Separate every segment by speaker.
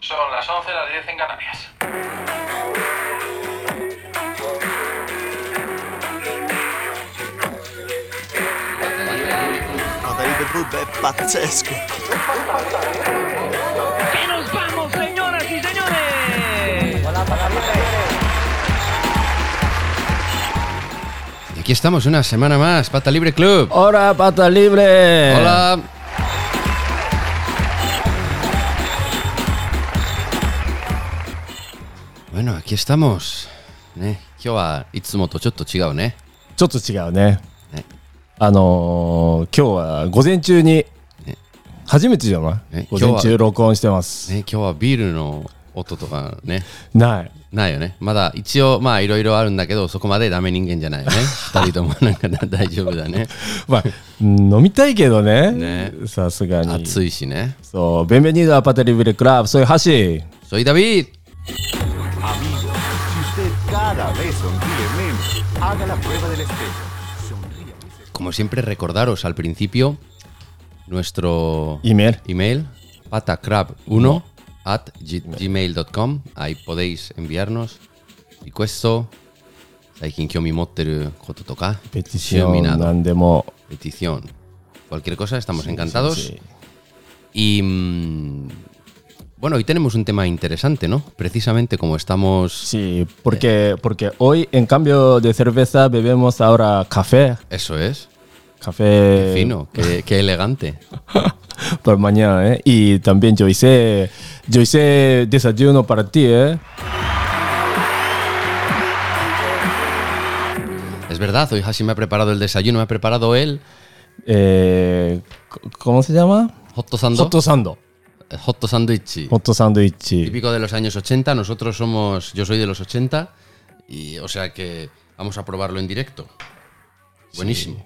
Speaker 1: Son las 11, las 10 en Canarias.
Speaker 2: Rodrigo Bube es pazzesco.
Speaker 3: ¡Que nos vamos, señoras y señores!
Speaker 4: Y aquí estamos una semana más, Pata Libre Club.
Speaker 5: ¡Hora, pata libre!
Speaker 4: Hola. Bueno, aquí estamos. ね、今日はいつもとちょっと違うね。
Speaker 5: ちょっと違うね
Speaker 4: ね。
Speaker 5: あのー、今日は午前中に、
Speaker 4: ね
Speaker 5: 初めてじゃない、
Speaker 4: ね
Speaker 5: 午前
Speaker 4: 今日は
Speaker 5: 中録音してます。
Speaker 4: ね今日はビールの音とかね、
Speaker 5: ない。
Speaker 4: ないよね。まだ一応、まあいろいろあるんだけど、そこまでダメ人間じゃないよね。二人ともなんかな大丈夫だね。
Speaker 5: まあ、うん飲みたいけどね
Speaker 4: ね。
Speaker 5: さすがに。
Speaker 4: 暑いしね。
Speaker 5: そう、ベンベニードアパタリブレクラブ、そういう橋。
Speaker 4: ソイダビー
Speaker 6: Amigo, si usted cada vez sonríe menos, haga la prueba del espejo. Sonríe.
Speaker 4: Como siempre, recordaros al principio nuestro
Speaker 5: Email.
Speaker 4: email patacrab1 at g- gmail.com. Ahí podéis enviarnos. Y questo, saikin kyomi motteru koto toka,
Speaker 5: ペティション、
Speaker 4: nado,
Speaker 5: なんでも。
Speaker 4: petición. Cualquier cosa, estamos encantados.
Speaker 5: Sí, sí.
Speaker 4: Y mm, bueno, hoy tenemos un tema interesante, ¿no? Precisamente como estamos.
Speaker 5: Sí, porque, porque hoy, en cambio de cerveza, bebemos ahora café.
Speaker 4: Eso es. Qué
Speaker 5: Café
Speaker 4: fino, qué, qué elegante.
Speaker 5: para mañana, ¿eh? Y también yo hice, yo hice desayuno para ti, ¿eh?
Speaker 4: Es verdad, hoy Hashi me ha preparado el desayuno, me ha preparado él.
Speaker 5: Eh, c- ¿Cómo se llama?
Speaker 4: Hot Sando.
Speaker 5: Hotto Sando.
Speaker 4: Hot Sandwich.
Speaker 5: Hotto Sandwich.
Speaker 4: Típico de los años 80. Nosotros somos. Yo soy de los 80. Y o sea que vamos a probarlo en directo. Buenísimo.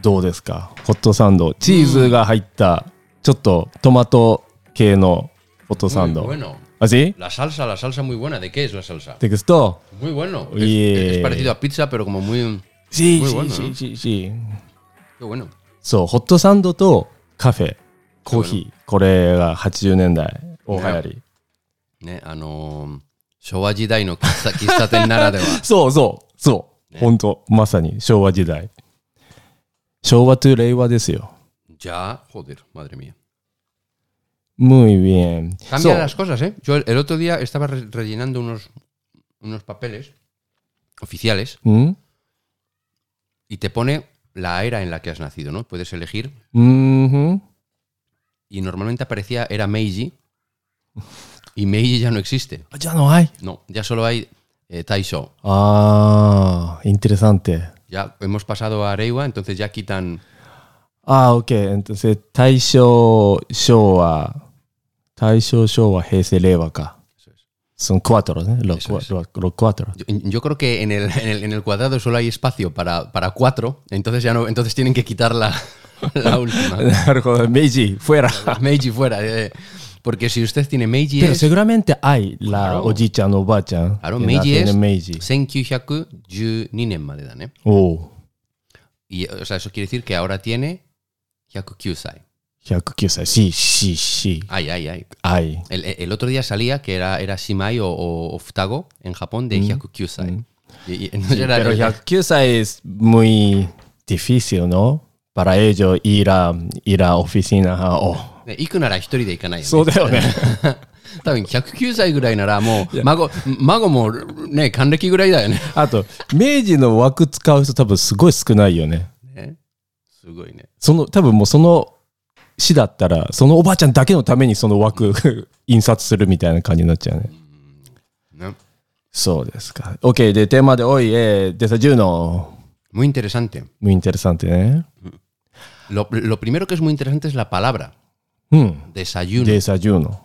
Speaker 5: どうですかホットサンド。チーズが入った、ちょっとトマト系のホットサン
Speaker 4: Muy
Speaker 5: ド。
Speaker 4: bueno.
Speaker 5: あ、sí?
Speaker 4: La salsa, la salsa muy buena. ¿De qué es la salsa?
Speaker 5: ¿Te gustó?
Speaker 4: Muy bueno. Es-
Speaker 5: Oye.
Speaker 4: Es, parecido a pizza, pero como muy.
Speaker 5: Sí,
Speaker 4: Muy
Speaker 5: sí,
Speaker 4: bueno,
Speaker 5: sí,
Speaker 4: ¿no?
Speaker 5: sí, sí.
Speaker 4: Qué bueno.
Speaker 5: そう、ホットサンドとカフェ、コーヒー。これが80年代、大流行り。
Speaker 4: ね、あのー昭和時代の喫茶喫茶店ならでは。
Speaker 5: そうそう、そう。
Speaker 4: ね
Speaker 5: ほんと、まさに昭和時代。昭和 to 令和ですよ。
Speaker 4: じゃあ、joder, madre mía.
Speaker 5: Muy bien.
Speaker 4: Cambian
Speaker 5: そう
Speaker 4: las cosas, ¿eh? Yo el, el otro día estaba re- rellenando unos, unos papeles oficiales
Speaker 5: うん、
Speaker 4: y te pone la era en la que has nacido, ¿no? Puedes elegir.
Speaker 5: うんふん
Speaker 4: Y normalmente aparecía era Meiji. Y Meiji ya no existe.
Speaker 5: あじゃあのはい。
Speaker 4: No, ya solo hay eh, Taisho.
Speaker 5: ああ、インテレサンテ。
Speaker 4: Ya hemos pasado a Areiwa, entonces ya quitan
Speaker 5: ああ、OK。Entonces, 大正、昭和、大正、昭和、平成、令和か。Son cuatro, ¿eh? Los,
Speaker 4: Eso es.
Speaker 5: cua- los- los cuatro.
Speaker 4: Yo, yo creo que en el, en, el, en el cuadrado solo hay espacio para, para cuatro, entonces ya no, entonces tienen que quitar la, la última.
Speaker 5: なるほど。Meiji, fuera.
Speaker 4: Meiji fuera. eh, porque si usted tiene Meiji
Speaker 5: Pero
Speaker 4: es
Speaker 5: seguramente hay la
Speaker 4: Claro.
Speaker 5: oji-chan, oba-chan.
Speaker 4: Claro,
Speaker 5: que
Speaker 4: Meiji
Speaker 5: nacen
Speaker 4: es
Speaker 5: en Meiji.
Speaker 4: 1912nen madedan, ¿eh?
Speaker 5: Oh,
Speaker 4: Y o sea, eso quiere decir que ahora tiene 109歳.
Speaker 5: 109歳。Sí, sí, sí.
Speaker 4: Ay, ay, ay.
Speaker 5: Hay.
Speaker 4: El, el otro día salía que era, era Shimai o, o, o Futago en Japón de 109歳. Y, y entonces era-
Speaker 5: Mm. Pero 109歳 es muy difícil, ¿no? Para ello ir a, ir a oficinas. a- oh.
Speaker 4: ね行くなら一人で行かないよね。
Speaker 5: そうだよね。
Speaker 4: 多分109歳ぐらいならもう孫、孫もね、還暦ぐらいだよね。
Speaker 5: あと、明治の枠使う人多分すごい少ないよね。
Speaker 4: ねすごいね。
Speaker 5: その、多分もうその市だったら、そのおばあちゃんだけのためにその枠 印刷するみたいな感じになっちゃうね。
Speaker 4: ね
Speaker 5: そうですか。OK。で、テーマで、おい、えー、デサジューノ。
Speaker 4: Muy interesante.
Speaker 5: ムインテレサンテね。
Speaker 4: Lo, lo primero que es muy interesante es la palabra
Speaker 5: うん。
Speaker 4: desayuno
Speaker 5: デサジューノ。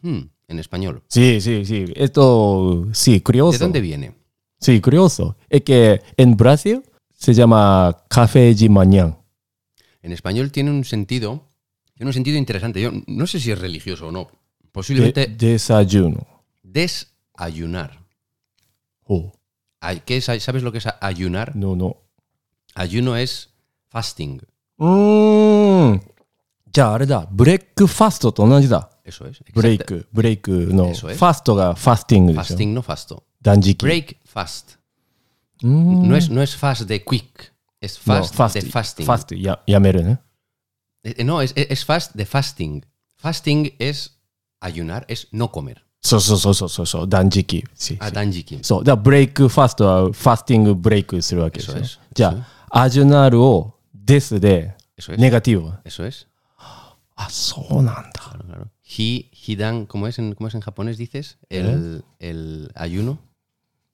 Speaker 4: Hmm, en español.
Speaker 5: Sí, sí, sí. Esto, sí, curioso.
Speaker 4: ¿De dónde viene?
Speaker 5: Sí, curioso. Es que en Brasil se llama café de mañana.
Speaker 4: En español tiene un sentido, tiene un sentido interesante. Yo no sé si es religioso o no. Posiblemente
Speaker 5: desayuno.
Speaker 4: desayunar.
Speaker 5: Oh,
Speaker 4: Ay, ¿Qué es ay- ¿Sabes lo que es a- ayunar?
Speaker 5: no, no.
Speaker 4: Ayuno es fasting.
Speaker 5: うーん。じゃああれだ。ブレックファストと同じだ。
Speaker 4: Eso es. exacta-
Speaker 5: ブレイク、ブレイクの、フ
Speaker 4: そうです
Speaker 5: ァストがファスティングでしょ。
Speaker 4: Fasting no fasto.
Speaker 5: 断食。
Speaker 4: Break fast. No es, no es fast de quick. Es
Speaker 5: Mm. No,
Speaker 4: fast
Speaker 5: fast-
Speaker 4: de fasting.
Speaker 5: fast ややめるね。
Speaker 4: Eh, eh, No, es, es- es fast de fasting. Fasting es ayunar, es no comer.
Speaker 5: そうそうそうそうそうそう、断食。し
Speaker 4: A
Speaker 5: し
Speaker 4: danjiki.
Speaker 5: そう、だからブレイクファストはファスティングブレイクするわけでしょ
Speaker 4: そうです。
Speaker 5: じゃあ、アジュナールをですで、
Speaker 4: Eso es.
Speaker 5: ネガティブは。
Speaker 4: Eso es.
Speaker 5: あ、そうなんだ。
Speaker 4: Claro, claro. Hi, hidan, ¿cómo es en, cómo es en japonés dices?
Speaker 5: ¿Eh?
Speaker 4: El, el ayuno.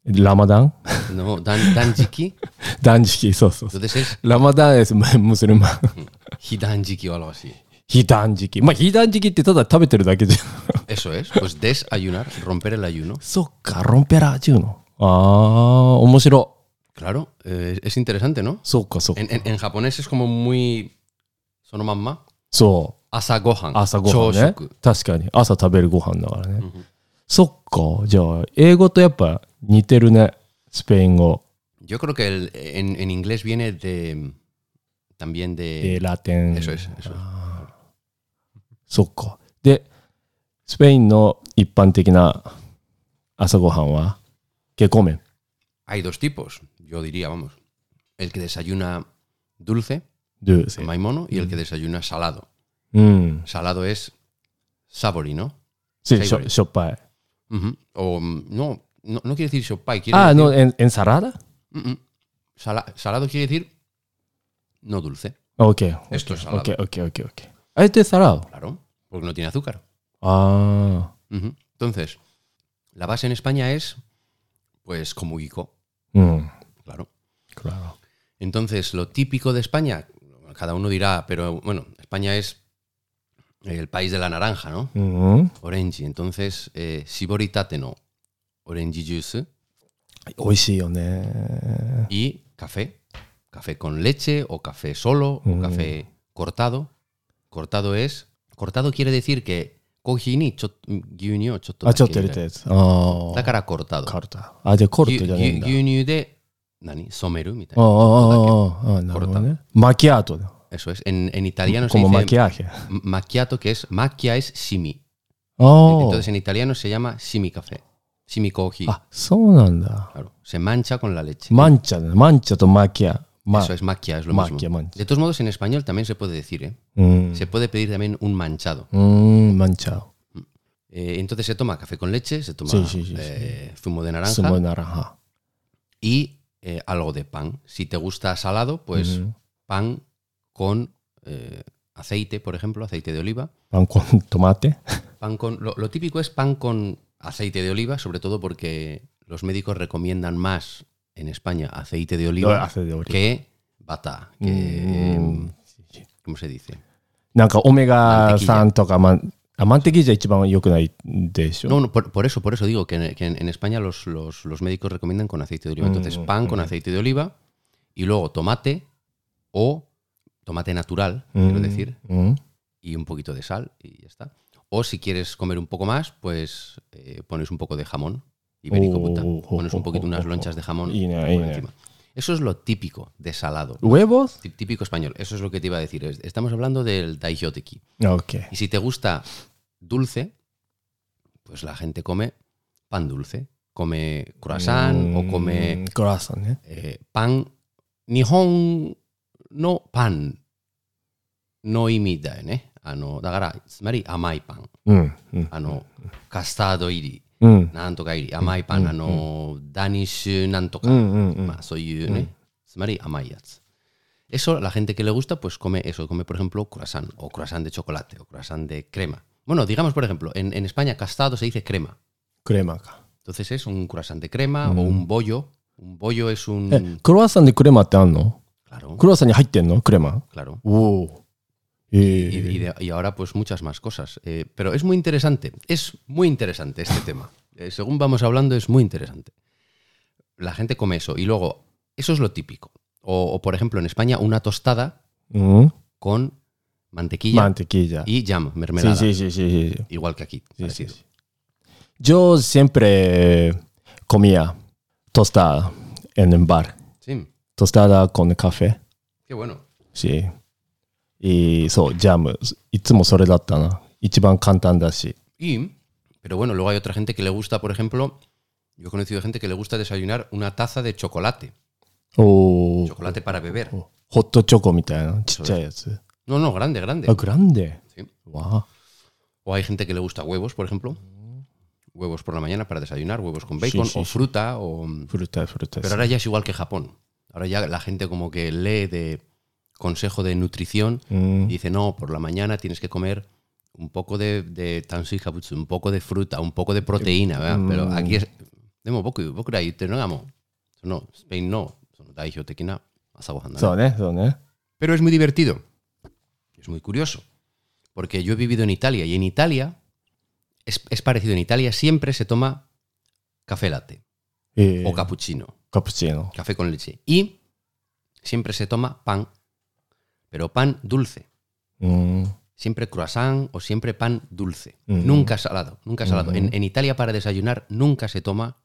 Speaker 5: ラマダン
Speaker 4: No, dan, danjiki.
Speaker 5: 断食、そうそうそう。
Speaker 4: Entonces es
Speaker 5: ラマダンです、 ムムスリマン。
Speaker 4: hidanjiki o algo así.
Speaker 5: 非断食。まあ、非断食ってただ食べてるだけじゃん。
Speaker 4: Eso es. Pues desayunar, romper el ayuno.
Speaker 5: そっか、ロンペラージュの。ああ、面白。
Speaker 4: Claro, eh, es interesante, ¿no?
Speaker 5: そうか、そうか
Speaker 4: En,。en- en japonés es como muy. Sonomamma.
Speaker 5: そう。
Speaker 4: Asagohan.
Speaker 5: 朝ごはんね
Speaker 4: Chōshoku.。
Speaker 5: 確かに。朝食べるご飯だからね。そっか。じゃあ、英語とやっぱ似てるね。スペイン語。
Speaker 4: Yo creo que el- en, en inglés viene de. También
Speaker 5: で、
Speaker 4: de.
Speaker 5: ラテン。
Speaker 4: Eso es. Eso es.
Speaker 5: そっか。で、スペインの一般的な朝ごはんは、ケコメン。
Speaker 4: Hay dos tipos, yo diría, vamos. El que desayuna dulce,
Speaker 5: ドゥセ
Speaker 4: maimono, y el que desayuna salado.
Speaker 5: うん。
Speaker 4: Salado es sabori, ¿no?
Speaker 5: し
Speaker 4: 最
Speaker 5: し
Speaker 4: 後
Speaker 5: ょ
Speaker 4: に
Speaker 5: しょっぱい。
Speaker 4: Ujú. Ah, O mm, no, no, no quiere decir shopai, quiere
Speaker 5: あ、あ
Speaker 4: decir-
Speaker 5: の、エンエンサラダ
Speaker 4: Mm, mm. Sala- salado quiere decir no dulce,
Speaker 5: オッケー。
Speaker 4: Esto es
Speaker 5: オッ
Speaker 4: salado.
Speaker 5: ケー、オッケー、オッケー、オッケー。あえてサラダ。
Speaker 4: claro, porque no tiene azúcar.
Speaker 5: ああ。
Speaker 4: Ujú. Entonces, la base en España es, pues, como guico,
Speaker 5: うん。
Speaker 4: claro.
Speaker 5: クラロ
Speaker 4: Entonces, lo típico de España, cada uno dirá, pero bueno, España es el país de la naranja, ¿no?
Speaker 5: うん。
Speaker 4: Orange. Entonces, eh, shiboritate no orange juice
Speaker 5: 美味しいよね。
Speaker 4: y café. Café con leche o café solo o café cortado. Cortado es... Cortado quiere decir que... Koji ni chot- gyunyu o Ah, chotto
Speaker 5: あ、ちょっ
Speaker 4: dake.
Speaker 5: と入れたやつ。ああ
Speaker 4: Da。から cortado.
Speaker 5: カルタ。あ、じゃあコル
Speaker 4: Gyu-
Speaker 5: トじゃない
Speaker 4: gyu-
Speaker 5: んだ。
Speaker 4: gyunyu de... nani, someru, みたい
Speaker 5: あ
Speaker 4: な
Speaker 5: あ、
Speaker 4: chotto
Speaker 5: ああ、ああ、なるほどね。マキアートだ。
Speaker 4: dake. Eso es. En, en italiano
Speaker 5: こ
Speaker 4: se
Speaker 5: の
Speaker 4: dice
Speaker 5: マキアーヘ。あ
Speaker 4: m- macchiato, que es... Macchia es simi.
Speaker 5: あ
Speaker 4: Entonces en italiano se llama simi café. Simi koji.。
Speaker 5: あ、そうなんだ。
Speaker 4: Claro. Se mancha con la leche.
Speaker 5: マンチャだね。マンチャとマキア。マ
Speaker 4: Eso es maquia, es lo
Speaker 5: Maquia, Mm.
Speaker 4: mismo.
Speaker 5: mancha.
Speaker 4: De todos modos, en español también se puede decir, ¿eh?
Speaker 5: うん。う
Speaker 4: Se puede pedir también un manchado.
Speaker 5: ーん、マンチャ。
Speaker 4: Eh, entonces se toma café con leche, se toma
Speaker 5: Sí, sí, sí,
Speaker 4: eh, zumo de
Speaker 5: すご
Speaker 4: naranja
Speaker 5: いならは。
Speaker 4: y eh, algo de pan. Si te gusta salado, pues pan con eh, aceite, por ejemplo, aceite de oliva.
Speaker 5: パンコントマテ
Speaker 4: Pan con, lo, lo típico es pan con aceite de oliva, sobre todo porque los médicos recomiendan más en España aceite de oliva,
Speaker 5: Aceite de oliva.
Speaker 4: que bata,
Speaker 5: Mm,
Speaker 4: que, ¿cómo se dice?
Speaker 5: なんかオメガ
Speaker 4: マン
Speaker 5: 3とかマン、あ、マンテキーじゃ一番良くないでし
Speaker 4: No,
Speaker 5: ょ。
Speaker 4: no, por, por eso, por eso digo que en, que en- en España los, los- los médicos recomiendan con aceite de oliva.
Speaker 5: Mm,
Speaker 4: Entonces, pan con aceite de oliva y luego tomate o tomate natural,
Speaker 5: Mm.
Speaker 4: quiero decir,
Speaker 5: うん。
Speaker 4: y un poquito de sal y ya está. O si quieres comer un poco más, pues eh, pones un poco de jamón ibérico
Speaker 5: Oh,
Speaker 4: puta.
Speaker 5: oh, oh,
Speaker 4: Pones un poquito
Speaker 5: oh,
Speaker 4: unas
Speaker 5: oh,
Speaker 4: lonchas de jamón
Speaker 5: Y na-
Speaker 4: por
Speaker 5: y Uh. na-
Speaker 4: encima. Eso es lo típico de salado,
Speaker 5: ウェボス
Speaker 4: tí- típico español. Eso es lo que te iba a decir. Es- Estamos hablando del daijoteki.
Speaker 5: オッケー。
Speaker 4: Y si te gusta dulce, pues la gente come pan dulce. Come croissant
Speaker 5: Mm.
Speaker 4: o come
Speaker 5: うんクラサンね。
Speaker 4: eh, pan. Nihon no pan. No imita, ¿eh? あのだから、つまり甘いパン。
Speaker 5: うん。うん。
Speaker 4: あの、カスタード入り、
Speaker 5: うん。
Speaker 4: なんとか入り、甘いパン、あの、ダニッシュなんとか、
Speaker 5: うんうんうん
Speaker 4: まあそういうね、つまり甘いやつ。Eso, la gente que le gusta, pues come eso, come por ejemplo croissant o croissant de chocolate o croissant de crema. Bueno, digamos por ejemplo, en, en España castado se dice crema.
Speaker 5: クレーマーか。
Speaker 4: Entonces es un croissant de crema o un bollo. Un bollo es
Speaker 5: え
Speaker 4: un...
Speaker 5: クロワッサンでクレマってあんの
Speaker 4: Claro,
Speaker 5: クロワッサンに入ってんのクレマ
Speaker 4: claro.
Speaker 5: おお。え
Speaker 4: Y,
Speaker 5: ー
Speaker 4: y de- y ahora pues muchas más cosas. Eh, pero es muy interesante, es muy interesante este tema. Eh, según vamos hablando es muy interesante. La gente come eso y luego, eso es lo típico. O, o, por ejemplo en España una tostada
Speaker 5: うん、
Speaker 4: con mantequilla
Speaker 5: マンテキージャ。
Speaker 4: y jam, mermelada.
Speaker 5: Sí, sí, sí, sí, sí.
Speaker 4: Igual que aquí.
Speaker 5: Sí, sí,
Speaker 4: parecido.
Speaker 5: sí. Yo siempre comía tostada en el bar.
Speaker 4: Sí,
Speaker 5: Tostada con café.
Speaker 4: qué bueno.
Speaker 5: Sí. Y そう、ジャム。いつもそれだったな。一番簡単だし。
Speaker 4: Y, pero bueno, luego hay otra gente que le gusta, por ejemplo, yo he conocido gente que le gusta desayunar una taza de chocolate.
Speaker 5: おー
Speaker 4: Chocolate para beber.
Speaker 5: おホットチョコみたいなちっちゃいやつ。
Speaker 4: No, no, grande, grande.
Speaker 5: あ、グランデ。
Speaker 4: Sí.
Speaker 5: わ
Speaker 4: O hay gente que le gusta huevos, por ejemplo. Huevos por la mañana para desayunar, huevos con bacon
Speaker 5: Sí, sí,
Speaker 4: o
Speaker 5: sí.
Speaker 4: fruta. O...
Speaker 5: あ、フルタイフルタイ。
Speaker 4: Pero ahora ya es igual que Japón. Ahora ya la gente como que lee de consejo de nutrición
Speaker 5: う
Speaker 4: y
Speaker 5: ん
Speaker 4: dice, no, por la mañana tienes que comer un poco de, de tansuikabutsu, un poco de fruta, un poco de proteína. ¿verdad? Pero aquí es... Demo boku, boku ra yutte no gamo. No, Spain no. Sono daihyo teki na asagohan da, ¿no?
Speaker 5: そうね、そうね。
Speaker 4: Pero es muy divertido. Es muy curioso. Porque yo he vivido en Italia y en Italia es, es parecido. En Italia siempre se toma café latte
Speaker 5: えー
Speaker 4: o cappuccino,
Speaker 5: カプチーノ。
Speaker 4: café con leche. Y siempre se toma pan, pero pan dulce.
Speaker 5: うん。
Speaker 4: Siempre croissant o siempre pan dulce.
Speaker 5: Ujú.
Speaker 4: Nunca salado, nunca salado. En, en Italia para desayunar nunca se toma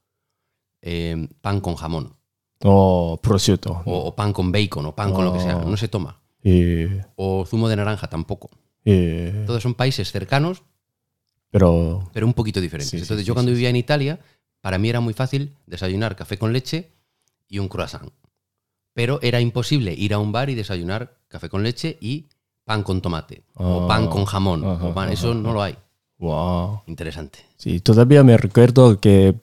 Speaker 4: eh, pan con jamón
Speaker 5: おープロシュート。
Speaker 4: o, o pan con bacon o pan con lo que sea.
Speaker 5: Ah.
Speaker 4: No se toma.
Speaker 5: えー
Speaker 4: O zumo de naranja tampoco.
Speaker 5: えー
Speaker 4: Todos son países cercanos,
Speaker 5: ペロ。
Speaker 4: pero un poquito diferentes.
Speaker 5: Sí, sí,
Speaker 4: Entonces,
Speaker 5: sí,
Speaker 4: yo
Speaker 5: sí,
Speaker 4: cuando
Speaker 5: sí.
Speaker 4: vivía en Italia, para mí era muy fácil desayunar café con leche y un croissant. Pero era imposible ir a un bar y desayunar café con leche y pan con tomate. o
Speaker 5: Ah,
Speaker 4: pan con jamón.
Speaker 5: ajá,
Speaker 4: o pan- eso no lo hay.
Speaker 5: わあ。
Speaker 4: Interesante.
Speaker 5: Sí, todavía me recuerdo que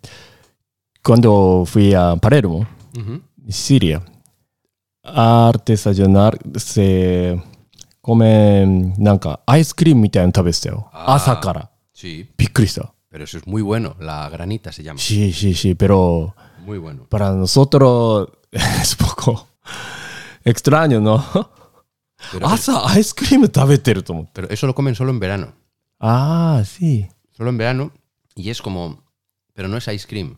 Speaker 5: cuando fui a Palermo, Siria, a desayunar, se comen, nanka, ice cream みたいなの食べてたよ。
Speaker 4: あー
Speaker 5: 朝から。
Speaker 4: Sí,
Speaker 5: びっくりした。
Speaker 4: pero eso es muy bueno. La granita se llama.
Speaker 5: Sí, sí, sí, pero
Speaker 4: Muy bueno.
Speaker 5: para nosotros es poco extraño, ¿no? Ah,
Speaker 4: Pero,
Speaker 5: 朝アイスクリーム食べてると思って。
Speaker 4: pero eso lo comen solo en verano.
Speaker 5: ああ、sí.
Speaker 4: Solo en verano y es como. Pero no es ice cream.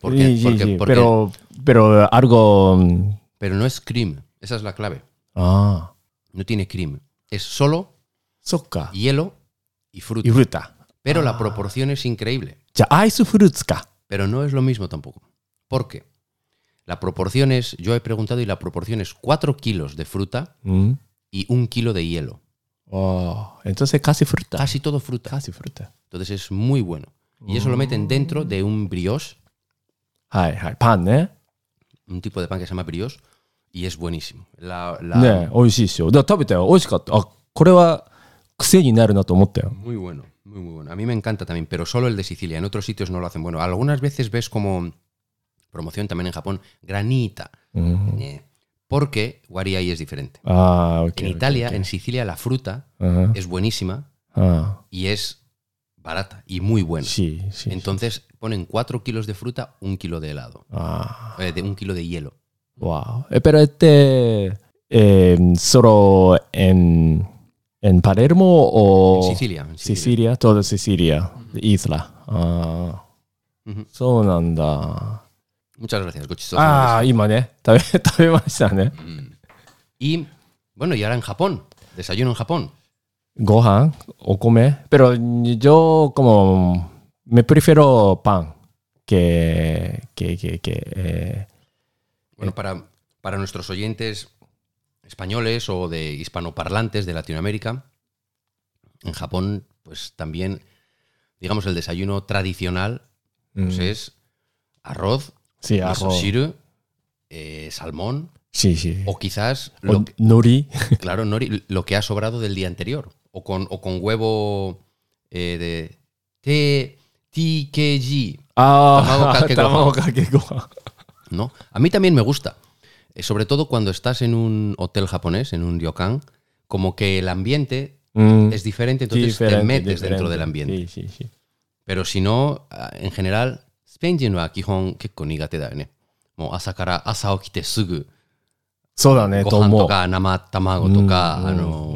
Speaker 4: ¿Por qué?
Speaker 5: Sí, sí,
Speaker 4: Porque-
Speaker 5: sí,
Speaker 4: porque-
Speaker 5: pero, pero algo... mm,
Speaker 4: pero no es cream. Esa es la clave.
Speaker 5: Ah,
Speaker 4: No tiene cream. Es solo
Speaker 5: そっか。
Speaker 4: hielo y fruta.
Speaker 5: イフルタ。
Speaker 4: Pero
Speaker 5: Ah.
Speaker 4: la proporción es increíble.
Speaker 5: じゃあ、アイスフルーツか。
Speaker 4: Pero no es lo mismo tampoco. ¿Por qué? La proporción es, yo he preguntado y la proporción es 4 kilos de fruta
Speaker 5: うん。
Speaker 4: y 1 kilo de hielo.
Speaker 5: ああ。entonces casi fruta.
Speaker 4: Casi todo fruta.
Speaker 5: Casi fruta.
Speaker 4: Entonces es muy bueno. Y eso lo meten dentro de un brioche,
Speaker 5: はいはい。パンね。
Speaker 4: un tipo de pan que se llama brioche, y es buenísimo. La, la-
Speaker 5: ねえ美味しいっしょ。だから食べたよ。美味しかった。あ、これは癖になるなと思ったよ。
Speaker 4: Muy bueno, muy, muy bueno. A mí me encanta también, pero solo el de Sicilia. En otros sitios no lo hacen bueno. Algunas veces ves como promoción también en Japón, granita.
Speaker 5: うん。
Speaker 4: Eh, Porque Guariay es diferente.
Speaker 5: ああ、OK。
Speaker 4: En Italia, en Sicilia, la fruta
Speaker 5: うん。
Speaker 4: es buenísima
Speaker 5: あ
Speaker 4: y es barata y muy
Speaker 5: あ。
Speaker 4: buena.
Speaker 5: し、し。
Speaker 4: Entonces ponen 4 kilos de fruta, un kilo de helado,
Speaker 5: あ
Speaker 4: eh, de un kilo de hielo.
Speaker 5: あ。わあ。え、pero este, eh, solo en, en Palermo o
Speaker 4: En Sicilia. en Sicilia.
Speaker 5: Sicilia, toda Sicilia, isla. Ah, ああ
Speaker 4: Mhm.。
Speaker 5: そうなんだ。
Speaker 4: Muchas gracias, Gochizo.
Speaker 5: ああ、今ね、食 べ、食べましたね。
Speaker 4: Y bueno, y ahora en Japón, desayuno en Japón.
Speaker 5: ご飯、お米。pero yo como me prefiero pan que que que que eh,
Speaker 4: Bueno, para, para nuestros oyentes españoles o de hispanoparlantes de Latinoamérica, en Japón, pues también, digamos, el desayuno tradicional pues, es arroz,
Speaker 5: mm, sí,
Speaker 4: miso
Speaker 5: arroz.
Speaker 4: shiru, eh, salmón,
Speaker 5: sí, sí.
Speaker 4: o quizás,
Speaker 5: O
Speaker 4: lo que,
Speaker 5: nori.
Speaker 4: claro, nori, lo que ha sobrado del día anterior, o con, o con huevo eh, de te- TKG,
Speaker 5: ああ、
Speaker 4: 卵
Speaker 5: 卵
Speaker 4: か
Speaker 5: かけご飯。
Speaker 4: ¿no? A mí también me gusta. Eh, Sobre todo cuando estás en un hotel japonés, en un ryokan, como que el ambiente
Speaker 5: Mm.
Speaker 4: es diferente, entonces te
Speaker 5: Diferente,
Speaker 4: metes dentro
Speaker 5: diferente.
Speaker 4: del ambiente.
Speaker 5: Sí, sí, sí.
Speaker 4: Pero si no, ah, en general, Spain人は基本結構苦手だよね。もう朝から朝起きてすぐ
Speaker 5: そうだね、
Speaker 4: ご
Speaker 5: と
Speaker 4: 飯
Speaker 5: 思
Speaker 4: と
Speaker 5: う。
Speaker 4: か生卵
Speaker 5: Mm,
Speaker 4: とか、
Speaker 5: うん
Speaker 4: あの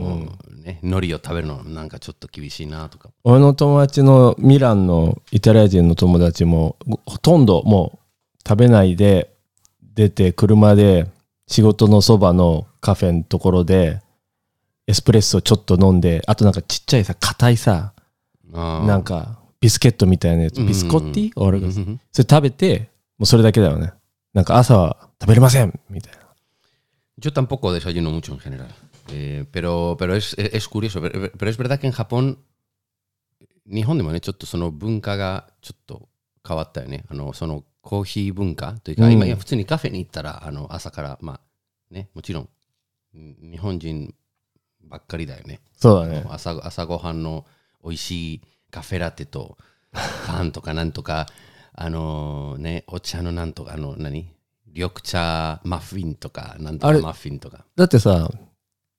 Speaker 5: mm.
Speaker 4: ね、海苔を食べるのなんかちょっと厳しいなとか。
Speaker 5: 俺の友達のミランのイタリア人の友達もごほとんどもう食べないで出て車で仕事のそばのカフェのところでエスプレッソちょっと飲んであとなんかちっちゃいさ硬いさ
Speaker 4: あー
Speaker 5: なんかビスケットみたいなやつ
Speaker 4: うん
Speaker 5: ビスコッティ
Speaker 4: う
Speaker 5: 俺
Speaker 4: んう
Speaker 5: が
Speaker 4: んう
Speaker 5: そ れ
Speaker 4: ん
Speaker 5: 食べてもうそれだけだよねなんか朝は食べれませんみたいな
Speaker 4: Yo tampoco desayuno mucho en general, eh, pero, pero es, es curioso. Pero pero es verdad que en Japón 日本でもね、ちょっとその文化がちょっと変わったよね。あの、そのコーヒー文化というか、
Speaker 5: うん
Speaker 4: 今、いや普通にカフェに行ったら、あの、朝から、まあ、ね、もちろん、ん日本人ばっかりだよね。
Speaker 5: そうだね。
Speaker 4: 朝朝ごはんの美味しいカフェラテ と、パンとかなんとか、あのね、お茶のなんとか、あの、何緑茶マフィンとか、なんと
Speaker 5: あ
Speaker 4: か
Speaker 5: れ
Speaker 4: マフィンとか。
Speaker 5: だってさ、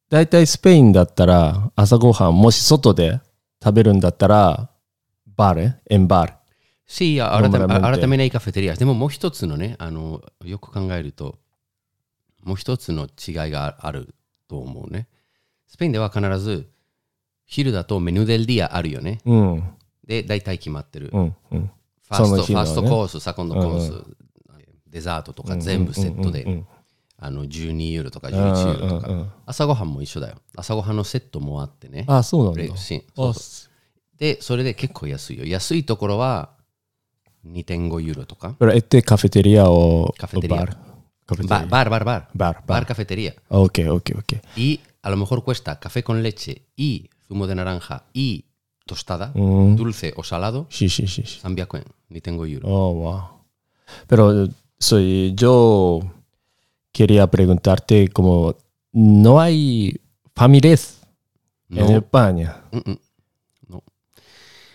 Speaker 5: 大体スペインだったら、朝ごはん、もし外で食べるんだったら、バーレ、エンバール。
Speaker 4: Sí, ahora,
Speaker 5: Normalmente.
Speaker 4: tam- ahora también hay cafeterías. でももう一つのね、あの、よく考えると、もう一つの違いがあると思うね。スペインでは必ず、昼だとメニューデルディアあるよね。
Speaker 5: うん、
Speaker 4: で、大体決まってる。
Speaker 5: うん、うん。
Speaker 4: ファース
Speaker 5: そ
Speaker 4: ト、
Speaker 5: の
Speaker 4: フ
Speaker 5: 日の
Speaker 4: ァ
Speaker 5: ね
Speaker 4: ーストコース、サコンドコース、
Speaker 5: うん
Speaker 4: デザートとか全部セットで、
Speaker 5: うんうん
Speaker 4: あの、12ユーロとか
Speaker 5: うんうん
Speaker 4: 11ユーロとか、
Speaker 5: うんうんうん
Speaker 4: 朝ごはんも一緒だよ。朝ごはんのセットもあってね。
Speaker 5: あ、そうなん
Speaker 4: レ
Speaker 5: だ。
Speaker 4: シンそうそうで、それで結構安いよ。安いところは2.5ユーロとか。
Speaker 5: Pero este cafetería o
Speaker 4: Cafetería.
Speaker 5: bar.
Speaker 4: Bar,
Speaker 5: Cafetería.
Speaker 4: bar, bar, bar.
Speaker 5: Bar, bar.
Speaker 4: cafetería.
Speaker 5: Ah, Ok, ok, ok.
Speaker 4: Y a lo mejor cuesta café con leche y zumo de naranja y tostada,
Speaker 5: Mm.
Speaker 4: dulce o salado,
Speaker 5: Sí, sí, sí. sí.
Speaker 4: 300 yen, ni tengo euro.
Speaker 5: Oh, wow. Pero soy, yo quería preguntarte como no hay familias
Speaker 4: No,
Speaker 5: en España.
Speaker 4: mm, mm, no.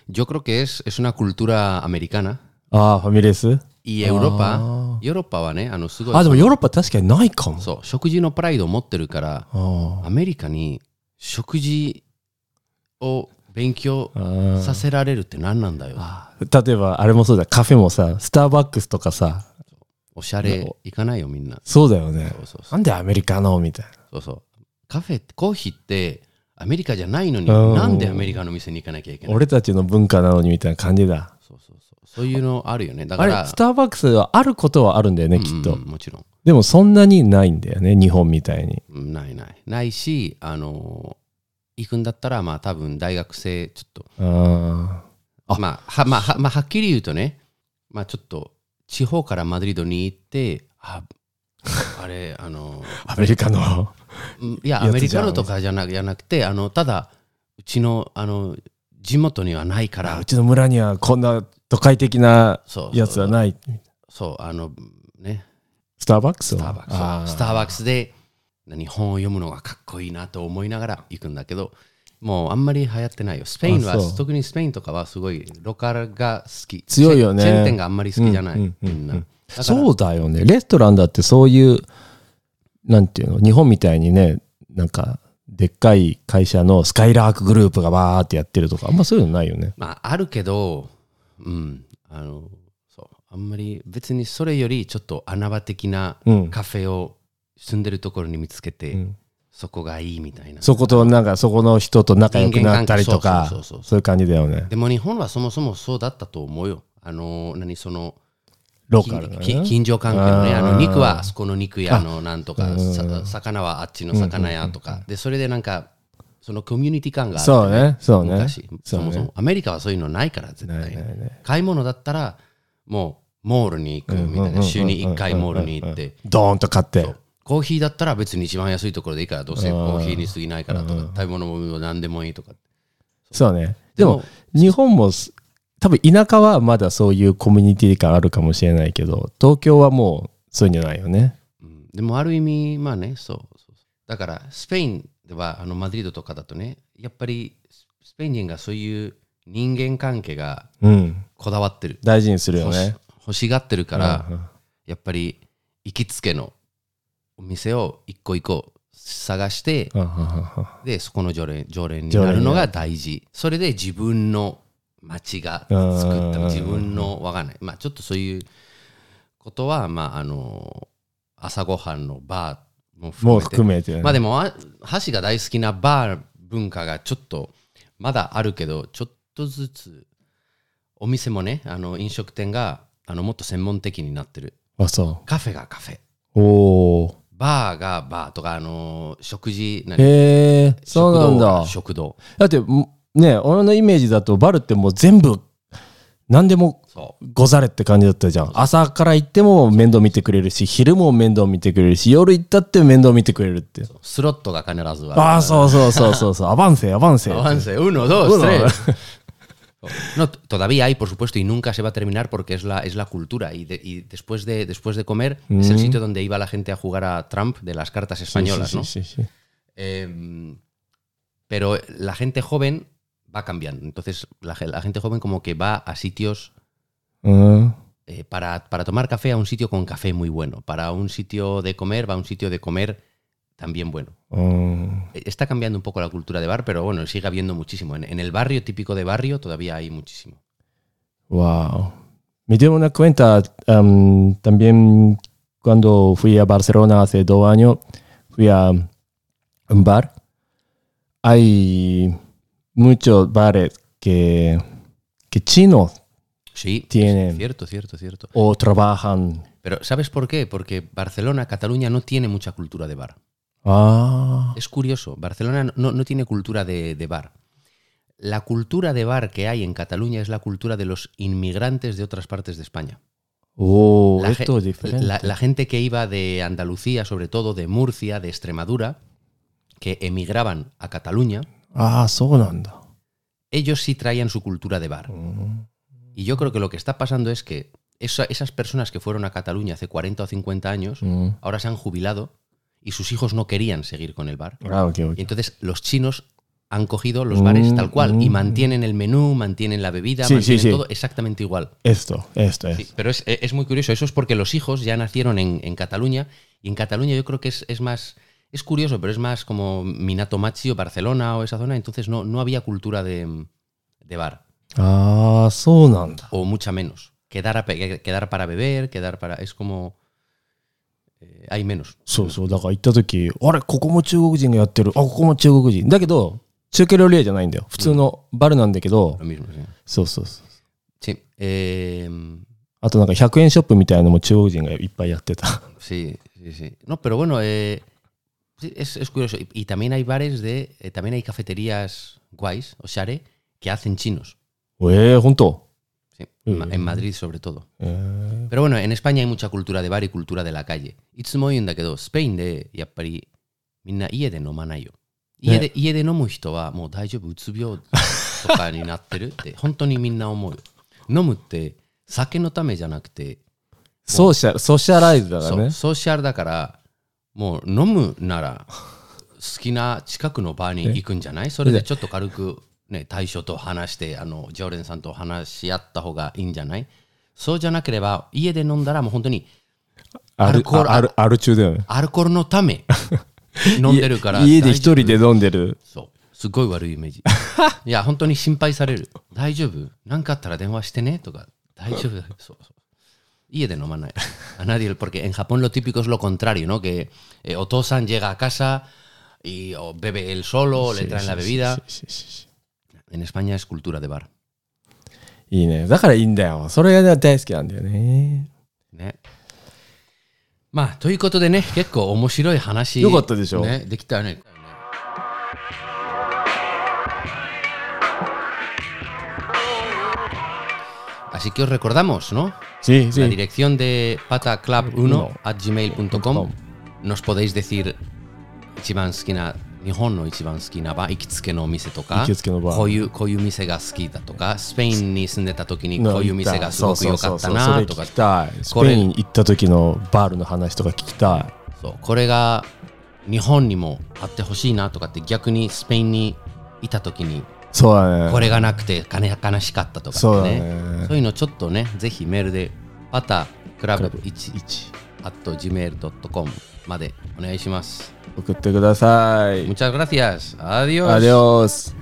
Speaker 4: Yo creo que es, es una cultura americana
Speaker 5: Ah, familias.
Speaker 4: y Europa,
Speaker 5: Ah.
Speaker 4: Europa van, ¿eh? A nosotros.
Speaker 5: Ah, de Europa 確かにないかも。
Speaker 4: そう食事のプライドを持ってるから、
Speaker 5: あ
Speaker 4: アメリカに食事を勉強
Speaker 5: ー
Speaker 4: させられるって何なんだよ。
Speaker 5: ー例えばあれもそうだ、カフェもさ、スターバックスとかさ、
Speaker 4: おしゃれ行かないよ、みんな。
Speaker 5: そうだよね。
Speaker 4: そうそうそう
Speaker 5: なんでアメリカのみたい
Speaker 4: そうそうカフェってコーヒーってアメリカじゃないのに
Speaker 5: うん
Speaker 4: なんでアメリカの店に行かなきゃいけ
Speaker 5: な。
Speaker 4: ない
Speaker 5: 俺たちの文化なのにみたいな感じだ。
Speaker 4: そうそうそうそういうのあるよねだ
Speaker 5: あ
Speaker 4: か
Speaker 5: れ
Speaker 4: ら、
Speaker 5: スターバックスはあることはあるんだよね、
Speaker 4: うん
Speaker 5: きっ
Speaker 4: う
Speaker 5: と
Speaker 4: ん。もちろん
Speaker 5: でもそんなにないんだよね、日本みたいに。
Speaker 4: うんないないないしあの行くんだったらまあ多分大学生ちょっと
Speaker 5: あ
Speaker 4: まあは,、まあ、はまあはっきり言うとねまあちょっと地方からマドリードに行ってああれあの
Speaker 5: あ、アメリカの。
Speaker 4: うんいや、ア
Speaker 5: や
Speaker 4: メ
Speaker 5: つ
Speaker 4: リ
Speaker 5: じゃ
Speaker 4: カ
Speaker 5: ん
Speaker 4: のとかじゃなじゃなくて、あのただ、うちのあの地元にはないか
Speaker 5: あ
Speaker 4: ら
Speaker 5: う、ちの村にはこんな都会的な
Speaker 4: そう
Speaker 5: やつはない。
Speaker 4: そう、あのね、
Speaker 5: スターバック
Speaker 4: ス
Speaker 5: スは
Speaker 4: ターバックス
Speaker 5: あ
Speaker 4: は
Speaker 5: ー
Speaker 4: スターバックスで何本を読むのがかっこいいなと思いながら行くんだけど、もうあんまり流行ってないよ。スペインは
Speaker 5: あそう、
Speaker 4: 特にスペインとかはすごいロカルが好き。
Speaker 5: 強いよね
Speaker 4: チェーンチェーン店があんまり好きじゃない、
Speaker 5: うんうんうん
Speaker 4: み
Speaker 5: うん
Speaker 4: んな。だから
Speaker 5: そうだよね。レストランだってそういう、なんていうの、日本みたいにね、なんか、でっかい会社のスカイラークグループがバーってやってるとか、あんまそういうのないよね。
Speaker 4: まあ、あるけど、うん、あの、そう、あんまり別にそれよりちょっと穴場的な
Speaker 5: うん
Speaker 4: カフェを住んでるところに見つけて、
Speaker 5: うん
Speaker 4: そこがいいみたいな。
Speaker 5: そこと、なんか、そこの人と仲良くなったりとか
Speaker 4: 人間関係そうそうそうそう、
Speaker 5: そういう感じだよね。
Speaker 4: でも日本はそもそもそうだったと思うよ。あの、何その、
Speaker 5: ロー
Speaker 4: き
Speaker 5: カルのね
Speaker 4: き近所関係のね、
Speaker 5: あ
Speaker 4: あ
Speaker 5: ー
Speaker 4: の肉はあそこの肉屋のなんとか、
Speaker 5: うん
Speaker 4: さ魚はあっちの魚屋とか、で、それでなんか、そのコミュニティ感があって
Speaker 5: そうね、そうね。
Speaker 4: 昔、そ
Speaker 5: そ
Speaker 4: う
Speaker 5: ね
Speaker 4: もそもアメリカはそういうのないから絶対
Speaker 5: ないないない
Speaker 4: 買い物だったらもうモールに行くみたいな週に1回モールに行って
Speaker 5: ドーンと買って。
Speaker 4: コーヒーだったら別に一番安いところでいいからどうせコーヒーに過ぎないからとか食べ物も何でもいいとか
Speaker 5: そうね。でも
Speaker 4: で、
Speaker 5: 日本もす、多分田舎はまだそういうコミュニティ感あるかもしれないけど、東京はもうそういうんじゃないよね。
Speaker 4: うんでもある意味まあねそうそうそうだからスペインではあのマドリードとかだとねやっぱりススペイン人がそういう人間関係が
Speaker 5: うん。
Speaker 4: こだわってる
Speaker 5: 大事にするよ
Speaker 4: 欲し
Speaker 5: ね。
Speaker 4: 欲しがってるから、
Speaker 5: うんうん
Speaker 4: やっぱり行きつけのお店を一個一個探して、
Speaker 5: うんうんうんうん
Speaker 4: でそこの常連常連になるのが大事それで自分の町が作った
Speaker 5: うん
Speaker 4: 自分のわかんないまあちょっとそういうことはまああの朝ごはんのバーも含
Speaker 5: も
Speaker 4: め
Speaker 5: う
Speaker 4: て
Speaker 5: 含めてね。
Speaker 4: まあでもあ箸が大好きなバー文化がちょっとまだあるけどちょっとずつお店もねあの飲食店があのもっと専門的になってる
Speaker 5: あ、そ
Speaker 4: カフェがカフェ
Speaker 5: う。おー。
Speaker 4: バーがバーとか、あのー食事、何
Speaker 5: へえ、そうなんだ。
Speaker 4: 食堂が食堂。
Speaker 5: だって、んね、俺のイメージだと、バルってもう全部、何でも
Speaker 4: そう。
Speaker 5: ござれって感じだったじゃん。朝から行っても面倒見てくれるし、昼も面倒見てくれるし、夜行ったって面倒見てくれるって。
Speaker 4: スロットが
Speaker 5: Ah,
Speaker 4: 必ずある。
Speaker 5: ああ、そうそうそうそうそう。アバンセ、アバンセ。
Speaker 4: アバンセ、ウノ、ど
Speaker 5: ウ
Speaker 4: う
Speaker 5: ノ
Speaker 4: ス Oh, No, t- todavía hay, por supuesto, y nunca se va a terminar porque es la, es la cultura. Y, de- y después, de, después de comer es el sitio donde iba la gente a jugar a Trump de las cartas españolas,
Speaker 5: Mm. sí,
Speaker 4: ¿no?
Speaker 5: sí, sí, sí.
Speaker 4: Eh, pero la gente joven va cambiando. Entonces, la, ge- la gente joven como que va a sitios
Speaker 5: Mm,
Speaker 4: eh, para, para tomar café a un sitio con café muy bueno. Para un sitio de comer va a un sitio de comer también bueno.
Speaker 5: mm.
Speaker 4: Eh, Está cambiando un poco la cultura de bar, pero bueno, sigue habiendo muchísimo. En, en el barrio típico de barrio todavía hay muchísimo.
Speaker 5: Wow. Me dio una cuenta em, también cuando fui a Barcelona hace dos años, fui a un bar. Hay muchos bares que, que chinos
Speaker 4: Sí,
Speaker 5: Tienen.
Speaker 4: sí, cierto, cierto, cierto.
Speaker 5: o trabajan.
Speaker 4: Pero ¿sabes por qué? Porque Barcelona, Cataluña no tiene mucha cultura de bar.
Speaker 5: Ah,
Speaker 4: Es curioso, Barcelona no, no tiene cultura de, de bar. La cultura de bar que hay en Cataluña es la cultura de los inmigrantes de otras partes de España.
Speaker 5: oh,
Speaker 4: La
Speaker 5: esto es
Speaker 4: ge-
Speaker 5: diferente.
Speaker 4: la- la gente que iba de Andalucía, sobre todo de Murcia, de Extremadura, que emigraban a Cataluña,
Speaker 5: ah,そうなんだ。
Speaker 4: ellos sí traían su cultura de bar.
Speaker 5: Mm,
Speaker 4: Y yo creo que lo que está pasando es que esa- esas personas que fueron a Cataluña hace 40 o 50 años,
Speaker 5: Mm.
Speaker 4: ahora se han jubilado y sus hijos no querían seguir con el bar.
Speaker 5: Ah, ok, ok.
Speaker 4: Y entonces los chinos han cogido los
Speaker 5: Mm,
Speaker 4: bares tal cual y
Speaker 5: mm.
Speaker 4: mantienen el menú, mantienen la bebida,
Speaker 5: Sí, sí,
Speaker 4: mantienen
Speaker 5: sí.
Speaker 4: todo exactamente igual.
Speaker 5: Esto, esto es.
Speaker 4: Sí, pero es, e, es muy curioso, eso es porque los hijos ya nacieron en, en Cataluña y en Cataluña yo creo que es, es más, es curioso, pero es más como Minato Machi o Barcelona o esa zona, entonces no, no había cultura de, de bar
Speaker 5: Ah, そうなんだ。
Speaker 4: o mucha menos. Quedar, a pe- quedar para beber, quedar para... Es como... eh, hay menos.
Speaker 5: そうそう、だから行った時、あれ、ここも中国人がやってる。あ、ここも中国人。だけど、中華料理屋じゃないんだよ。普通のバルなんだけど、
Speaker 4: Lo mismo, sí.
Speaker 5: そうそうそう。
Speaker 4: Sí. eh,
Speaker 5: あとなんか100円ショップみたいなのも中国人がいっぱいやってた。
Speaker 4: sí, sí, sí. No, pero bueno, eh, sí, es, es curioso. Y, y también hay bares de. eh, también hay cafeterías guays, o share, que hacen chinos.
Speaker 5: ええー、本当
Speaker 4: Sí, en Ma- en Madrid, sobre todo. Pero bueno, en España hay mucha cultura de bar y cultura de la calle. It's muy en quedó Spain de. Ya pari. Minna, ie de no manayo. Ie de, ie de no muhito va, mo daijoubu, utsubyo toka ni natteru te, honto ni minna omou. Nomu te, sake no tame janakute,
Speaker 5: ソーシャル、ソーシャライズだから
Speaker 4: そう
Speaker 5: ね。
Speaker 4: ソーシャルだからもう飲むなら好きな近くのバーに行くんじゃないそれでちょっと軽く、ね、対象と話してあの常連さんと話し合った方がいいんじゃないそうじゃなければ家で飲んだらもう本当に
Speaker 5: ア
Speaker 4: ア
Speaker 5: ル
Speaker 4: ルコール
Speaker 5: あアル、アル中だよね。
Speaker 4: アルコールのた め飲んでるから
Speaker 5: 家で一人で
Speaker 4: 大丈夫
Speaker 5: 飲んでる。
Speaker 4: そうすごい悪いイメージいや本当に心配される大丈夫何かあったら電話してねとか大丈夫だよそうそう Y de no maná. A nadie, porque en Japón lo típico es lo contrario, ¿no? Que eh, Otosan llega a casa y o bebe él solo, o le traen la bebida.
Speaker 5: ししし
Speaker 4: En España es cultura de bar.
Speaker 5: いいね。だからいいんだよ。それが大好きなんだよね。
Speaker 4: ね。まあ、ということでね、結構面白い話。
Speaker 5: よかったでしょ
Speaker 4: ね、できたよね。Así que os recordamos, ¿no?
Speaker 5: し
Speaker 4: La
Speaker 5: し
Speaker 4: dirección de pataclub1
Speaker 5: No.
Speaker 4: at gmail.com. Nos podéis decir Ichibanskina, Nihon no Ichibanskina ba, ikitsuke no mise toka,
Speaker 5: 行きつけのバー。
Speaker 4: koyu, koyu mise ga suki da toka, Spain ni sundeta toki ni
Speaker 5: の
Speaker 4: koyu
Speaker 5: 行った
Speaker 4: mise ga
Speaker 5: そう
Speaker 4: sugoku
Speaker 5: そうそ
Speaker 4: yokatta
Speaker 5: うそうそれ
Speaker 4: na
Speaker 5: 聞
Speaker 4: toka.
Speaker 5: きたい。ス
Speaker 4: これ
Speaker 5: ペイン行った時のバールの話とか聞きたい。
Speaker 4: そうこれが日本にもあってほしいなとかって逆にスペインにいた時に
Speaker 5: そうだね。
Speaker 4: これがなくて金悲しかったとか
Speaker 5: そう
Speaker 4: っ
Speaker 5: だ
Speaker 4: てね
Speaker 5: ね
Speaker 4: そういうのちょっとねぜひメールでパタクラブ
Speaker 5: クラブ
Speaker 4: 1 at gmail.com までお願いします。
Speaker 5: 送ってください。
Speaker 4: Muchas gracias. Adiós.
Speaker 5: Adiós.